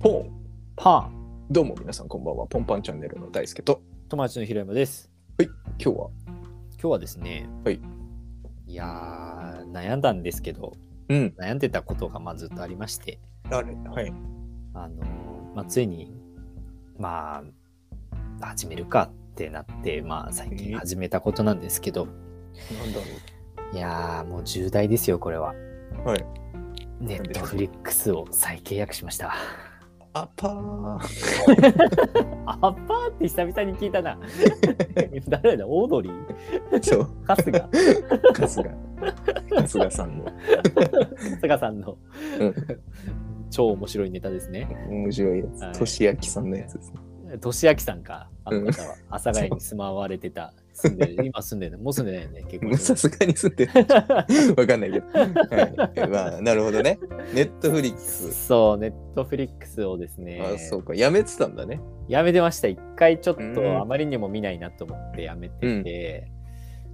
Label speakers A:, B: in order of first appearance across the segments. A: ポン
B: パン
A: どうも皆さんこんばんはポンパンチャンネルの大輔と
B: 友達の平山です
A: 今日は
B: 今日はですね
A: はい
B: いやー悩んだんですけど
A: うん
B: 悩んでたことがまあずっとありまして
A: あれはい
B: あのーまあ、ついにまあ始めるかってなってまあ最近始めたことなんですけど
A: なんだろ
B: いやーもう重大ですよこれは
A: はい
B: ネットフリックスを再契約し ました
A: うアパー
B: アッパーって久々に聞いたな 誰だオードリー
A: そう
B: 春日
A: 春日春日さんの
B: 春日さんの、
A: うん
B: 超面白いネタですね。
A: 面白いやつ、
B: はい
A: としあきさんのやつですね
B: 年明さんか、あの
A: うん
B: 方は、阿佐ヶ谷に住まわれてた、住んで る、今住んでるの、もう住んでないよね、結
A: もう
B: 構。
A: さすがに住んでるわかんないけど、はい、まあなるほどねネットフリックス
B: そう、ネットフリックスをですね
A: あ、そうかやめてたんだね
B: やめてました。一回ちょっ
A: うん
B: とあまりにも見ないなと思ってやめてて、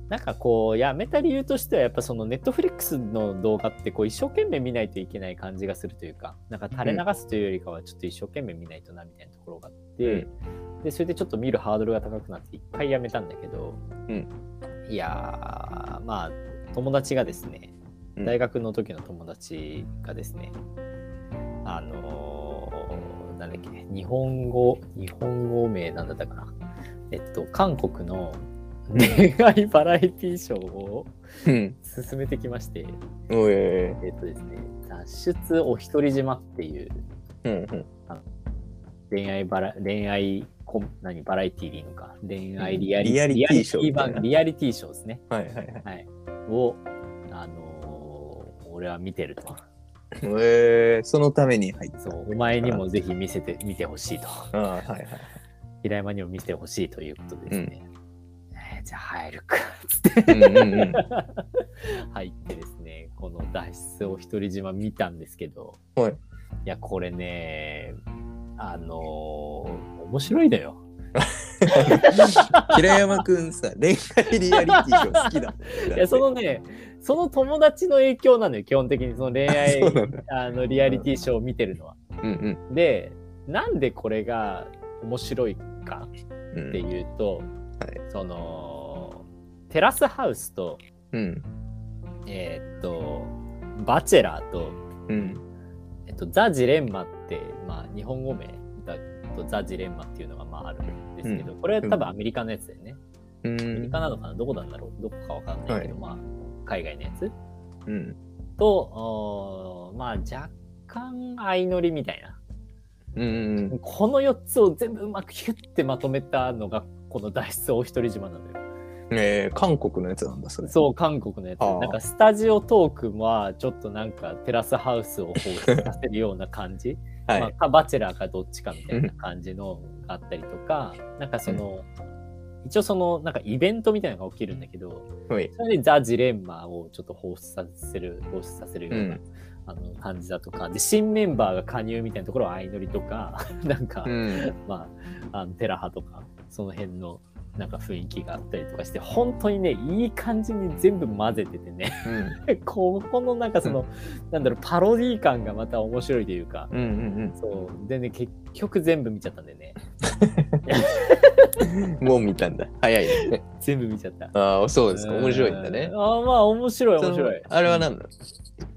B: なんかこう、やめた理由としては、やっぱそのネットフリックスの動画って、こう、一生懸命見ないといけない感じがするというか、なんか垂れ流すというよりかは、ちょっと一生懸命見ないとな、みたいなところがあって、でそれでちょっと見るハードルが高くなって一回やめたんだけど、
A: うん
B: いやーまあ友達がですね
A: うん
B: 大学の時の友達がですね、あのーなんだっけ日本語日本語名なんだったかなえっと韓国の恋愛バラエティショーを
A: うん
B: 進めてきまして
A: おいえ
B: えっとですね脱出お一人島っていう
A: うんうん
B: 恋愛バラ恋愛コン何バラエティーでいいのか恋愛リアリ
A: リアリティーショー
B: リアリティ番
A: みたいな
B: リアリティーショーですね
A: はいはい はい
B: はいをあのー俺は見てると
A: えー、そのために入った
B: そうお前にもぜひ見せて見てほしいと
A: ああはいはい
B: 平山にも見せてほしいということでですね、えーじゃあ入るかつって
A: うんうんうん。
B: 入ってですねこの脱出を独り島見たんですけど、
A: はい
B: いやこれねあのー面白いのよ
A: 平山くんさ、恋愛リアリティショー好きだもんね。だっ
B: い
A: て
B: やそのね、その友達の影響なのよ、基本的にその恋愛
A: そうなんだ。
B: あのリアリティショーを見てるのは。
A: うん
B: で、なんでこれが面白いか
A: う
B: って
A: ん。
B: いうと、
A: はい
B: そのテラスハウスと、
A: うん。
B: えーっと、バチェラーと、
A: うん。
B: えっと、ザ・ジレンマって、まあ、日本語名だとザ・ジレンマっていうのがまああるんですけど、これは多分アメリカのやつだよね。
A: う
B: アメリ
A: ん。
B: カなのかなどこなんだろうどこかわかんないけど、まあ、海外のやつ
A: うん。
B: と、おーまあ若干相乗りみたいな。
A: うん。
B: この4つを全部うまくヒュッてまとめたのが、この脱出お一人島なのよ。
A: えー、韓国のやつなんだ、それ。
B: そう、韓国のやつ。
A: あー
B: なんかスタジオトークは、ちょっとなんかテラスハウスを放出させるような感じ。
A: はい。
B: まあ、かバチェラーかどっちかみたいな感じのがあったりとか、なんかその、一応その、なんかイベントみたいなのが起きるんだけど、
A: はい。
B: それでザ・ジレンマをちょっと放出させる、放出させるような、
A: うん
B: あの感じだとか、で、新メンバーが加入みたいなところは相乗りとか、 なんか、
A: うん。
B: まあ、あのテラハとか、その辺のなんか雰囲気があったりとかして、本当にね、いい感じに全部混ぜててね、
A: うん。
B: ここのなんかその、なんだろう、パロディ感がまた面白いというか、
A: うん。うん。
B: そう、でね、結局全部見ちゃったんでね、
A: うん。もう見たんだ。早いね。
B: 全部見ちゃった。
A: ああ、そうですか。面白いんだね
B: う。あーまあ、面白い、面白い
A: そ。のあれは何なの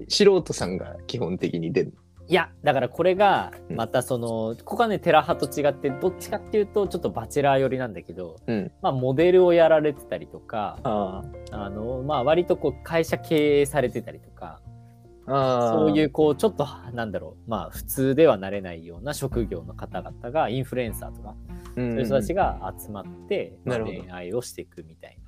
A: 素人さんが基本的に出る
B: いやだからこれが
A: うん
B: またその、ここはねテラ派と違ってどっちかっていうとちょっとバチェラー寄りなんだけど、
A: うん
B: まあ、モデルをやられてたりとか
A: あ
B: あの、まあ、割とこう会社経営されてたりとか
A: あ。
B: そういううこうちょっとなんだろうまあ普通ではなれないような職業の方々がインフルエンサーとか
A: そう
B: そうい
A: いう
B: 人たちが集まって、まあ
A: なるほど
B: 恋愛をしていくみたいな。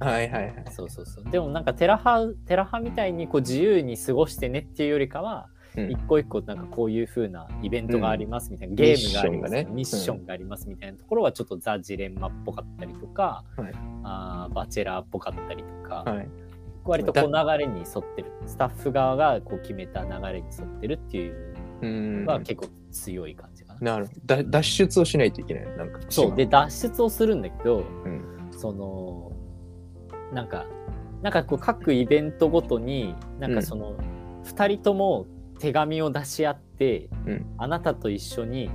A: はいはいはい。
B: そうそうそうでもなんかテラ派テラ派みたいにこう自由に過ごしてねっていうよりかは
A: うん
B: 一個一個なんかこういう風なイベントがありますみたいな、ゲームがありますね
A: ミ
B: ミ
A: ッ
B: ッ
A: シ
B: シ
A: ョ
B: ョ
A: ン
B: ンがありますみたいなところはちょっとザ・ジレンマっぽかったりとか、
A: はい
B: あーバチェラーっぽかったりとか、
A: はい。
B: 割とこう流れに沿ってるスタッフ側がこう決めた流れに沿ってるっていう
A: うん
B: の。が結構強い感じかな。
A: なるほどだ脱出をしないといけないのなんか
B: そうで脱出をするんだけど、
A: ん
B: そのなんかなんかこう各イベントごとになんかその、二2人とも手紙を出し合って、
A: うん
B: あなたと一緒に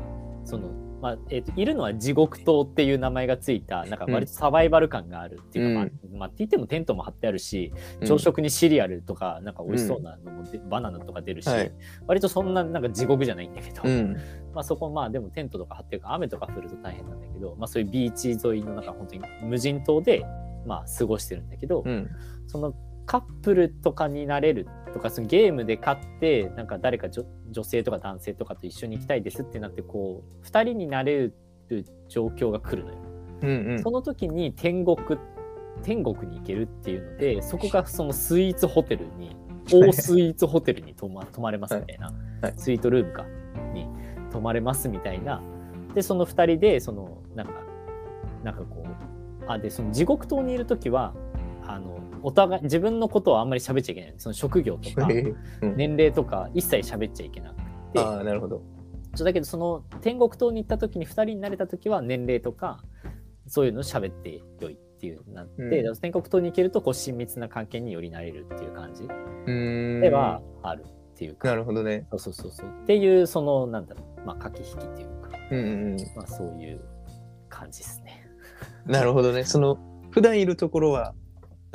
B: その、まあえー、といるのは地獄島っていう名前がついたなんか割とサバイバル感があるっていうか、
A: うん
B: まあまあって言ってもテントも張ってあるし
A: うん
B: 朝食にシリアルとかなんか美味しそうなのもで、バナナとか出るし、
A: はい
B: 割とそんななんか地獄じゃないんだけど、
A: うん
B: まあ、そこまあでもテントとか張ってるから雨とか降ると大変なんだけど、まあ、そういうビーチ沿いのなんか本当に無人島でまあ過ごしてるんだけど、
A: うん
B: そのカップルとかになれるとかそのゲームで勝ってなんか誰か女女性とか男性とかと一緒に行きたいですってなってこう2人になれる状況が来るのよ。
A: うんうん
B: その時に天国天国に行けるっていうのでそこがそのスイーツホテルに大スイーツホテルに泊ま泊 まれますみたいな、
A: はい
B: スイートルームかに泊まれますみたいなでその2人でそのなんかなんかこうあでその地獄島にいる時はあのお互い自分のことはあんまり喋っちゃいけないその職業とか年齢とか一切喋っちゃいけなくて
A: ああなるほど
B: そうだけどその天国島に行った時に2人になれた時は年齢とかそういうの喋ってよいっていうなって、
A: うん
B: だから天国島に行けるとこう親密な関係によりなれるっていう感じ
A: うーん
B: ではあるっていうか、
A: なるほどね
B: そうそうそうそうっていうそのなんだろう、まあ、駆け引きっていうか、
A: うんうんう
B: まあ、そういう感じですね。
A: んなるほどねその普段いるところは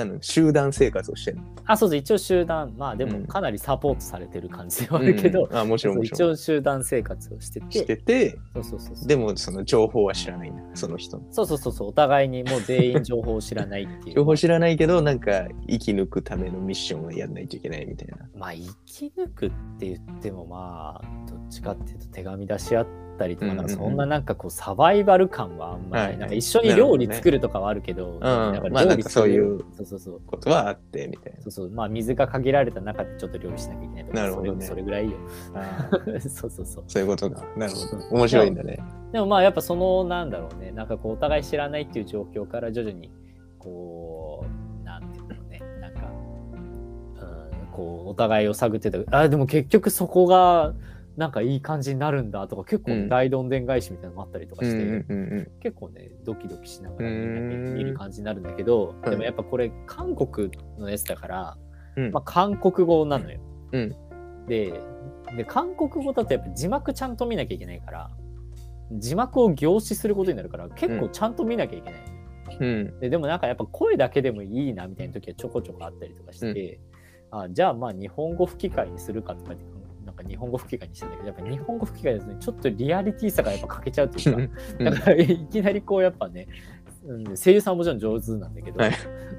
A: あの集団生活をしてる
B: あそうそう一応集団まあで
A: うん
B: もかなりサポートされてる感じではあるけど、
A: うんうんあもちろん
B: そう
A: もち
B: 一
A: ろん
B: 応集団生活をしてて
A: してて
B: そうそうそうそう
A: でもその情報は知らないんだその人の
B: そうそうそうそうお互いにもう全員情報を知らないっていう
A: 情報知らないけどなんか生き抜くためのミッションをやらないといけないみたいな
B: まあ生き抜くって言ってもまあどっちかっていうと手紙出し合ったりとか
A: うんうん
B: な
A: うんん
B: かそんななんかこうサバイバル感はあんまり
A: は
B: ないいなんか一緒に料理作るとかはあるけど
A: なるほどねうんまあ
B: 料
A: なん
B: 理
A: かそういう
B: そうそうそう
A: ことはあってみたい
B: そうそうまあ水が限られた中でちょっと料理しなきゃいけないとか
A: なるほどね
B: それそれぐらいよ
A: な
B: そうそうそう
A: そういうことがなるほど面白いんだね
B: でもまあやっぱそのなんだろうねなんかこうお互い知らないっていう状況から徐々にこうなんていうのねなんかうんこうお互いを探ってたあでも結局そこがなんかいい感じになるんだとか結
A: うん
B: 構大どんでん返しみたいなのもあったりとか
A: うん
B: し
A: う
B: て、
A: んうんうん
B: 結構ねドキドキしながら
A: う
B: み
A: ーん
B: んな見る感じになるんだけど
A: はい
B: でもやっぱこれ韓国のやつだから、
A: うん
B: まあ、韓国語なのよ。
A: う
B: でで韓国語だとやっぱ字幕ちゃんと見なきゃいけないから字幕を凝視することになるから結構ちゃんと見なきゃいけない。
A: うん
B: ででもなんかやっぱ声だけでもいいなみたいな時はちょこちょこあったりとかして、あじゃあまあ日本語吹き替えにするかとかってなんか日本語吹き替えにしたんだけどやっぱ日本語吹き替えですねちょっとリアリティさがやっぱ欠けちゃうというかだからいきなりこうやっぱね、うん、声優さんもちろん上手なんだけど、
A: はい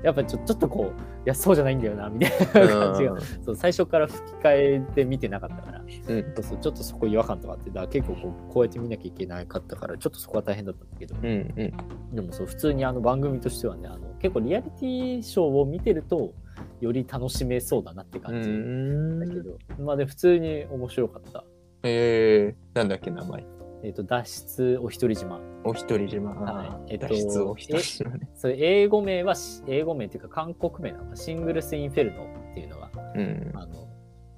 B: やっぱちょちょっとこういやそうじゃないんだよなみたいな 感じがそう最初から吹き替えで見てなかったから
A: うん
B: そうそうちょっとそこ違和感とかあってだから結構こうこうやって見なきゃいけなかったからちょっとそこは大変だったんだけど
A: うんうん
B: でもそう普通にあの番組としてはねあの結構リアリティショーを見てるとより楽しめそうだなって
A: う
B: 感じだけ
A: ん
B: ど、まあで普通に面白かった。
A: えー、なんだっけ名前
B: えっと脱出お一人島。
A: お一人島、
B: はいえっと
A: 脱出お一人島ね、
B: それ英語名はし英語名っていうか韓国名なのかシングルス・インフェルノっていうのが
A: うん、
B: あの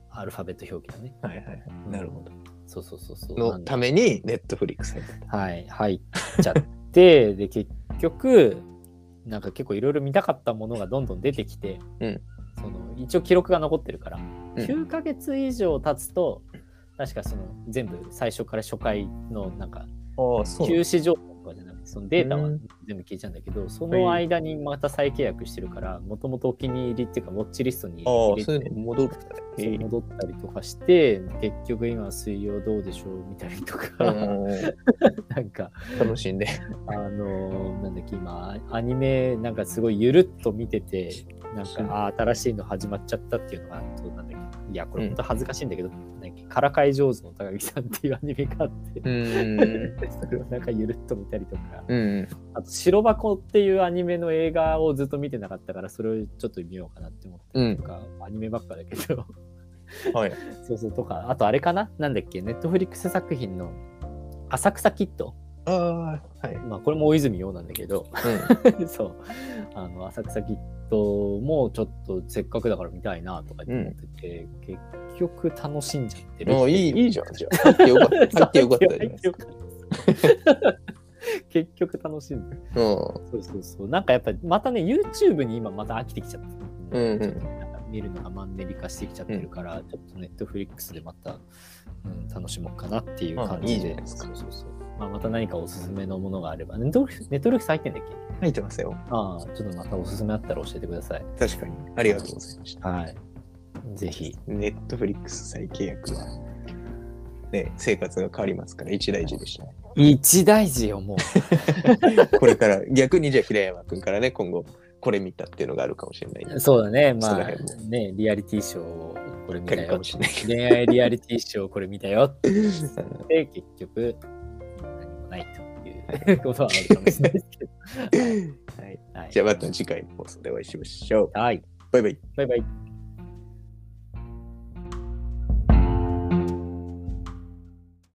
B: アルファベット表記だね。
A: はいはいはいなるほど
B: そうそうそうそう。な
A: の
B: んで
A: ためにネットフリックス入ってた
B: はい、入っちゃって、 で、結局、なんか結構いろいろ見たかったものがどんどん出てきて、
A: うん
B: その一応記録が残ってるから、
A: うん
B: 9ヶ月以上経つと、確かその全部最初から初回のなんか
A: ああそ
B: 休止情報とかじゃなくて、そのデータは
A: うん
B: 全部消えちゃうんだけど、その間にまた再契約してるから、もともとお気に入りっていうか、ウォッチリストに
A: ああ
B: 入れ
A: そういう
B: て
A: の。戻るんだ
B: そ
A: ね
B: う戻ったりとかして、結局今水曜どうでしょうみたいとか、
A: う
B: なんか
A: ん楽しん で
B: あのーなんだっけ今アニメなんかすごいゆるっと見ててなんか
A: うん
B: あー新しいの始まっちゃったっていうのがどうなんだっけいやこれ本当恥ずかしいんだけど、なんだっけからかい上手の高木さんっていうアニメがあって、
A: うん
B: それをなんかゆるっと見たりとか
A: うん
B: あと「白箱」っていうアニメの映画をずっと見てなかったからそれをちょっと見ようかなって思ったりとか、アニメばっかだけど
A: はい
B: そうそうとかあとあれかななんだっけネットフリックス作品の「浅草キッド
A: ああはい」
B: まあこれも大泉洋なんだけど そうあの浅草キッドもちょっとせっかくだから見たいなとかって思ってて、結局楽しんじゃって
A: うん
B: る
A: もういいい いじゃんじゃあ入ってよかった 入ってよかったじゃないですか
B: 結局楽しんで
A: う
B: そうそうそうなんかやっぱまたね YouTube に今また飽きてきちゃって、
A: んうんう
B: ちょっ
A: ん
B: となんか見るのがマンネリ化してきちゃってるから、ちょっとネットフリックスでまた、うん、楽しもうかなっていう
A: まあ
B: 感
A: いい
B: じ
A: じゃ
B: で
A: ないですか
B: そうそうそうまあ、また何かおすすめのものがあればネットフリネットフリックス入ってんだっけ
A: 書いてますよ。
B: ああちょっとまたおすすめあったら教えてください
A: 確かに。ありがとうございました。
B: はいぜひ
A: ネットフリックス再契約は、ね、生活が変わりますから、一大事でしたね。
B: 一大事よもう
A: これから、逆にじゃあ平山君からね、今後、これ見たっていうのがあるかもしれないんで。
B: そうだね、ま
A: その
B: あ
A: 辺も、
B: ね、リアリティショーをこれ見 た
A: か
B: よ
A: も。しれないけど。
B: 恋愛リアリティショーをこれ見たよって言って、結局、何もないということはあるかもしれないですけど。
A: はい、
B: はい
A: じゃあまた次回の放送でお会いしましょう。
B: はい、
A: バイバイ。
B: バイバイ。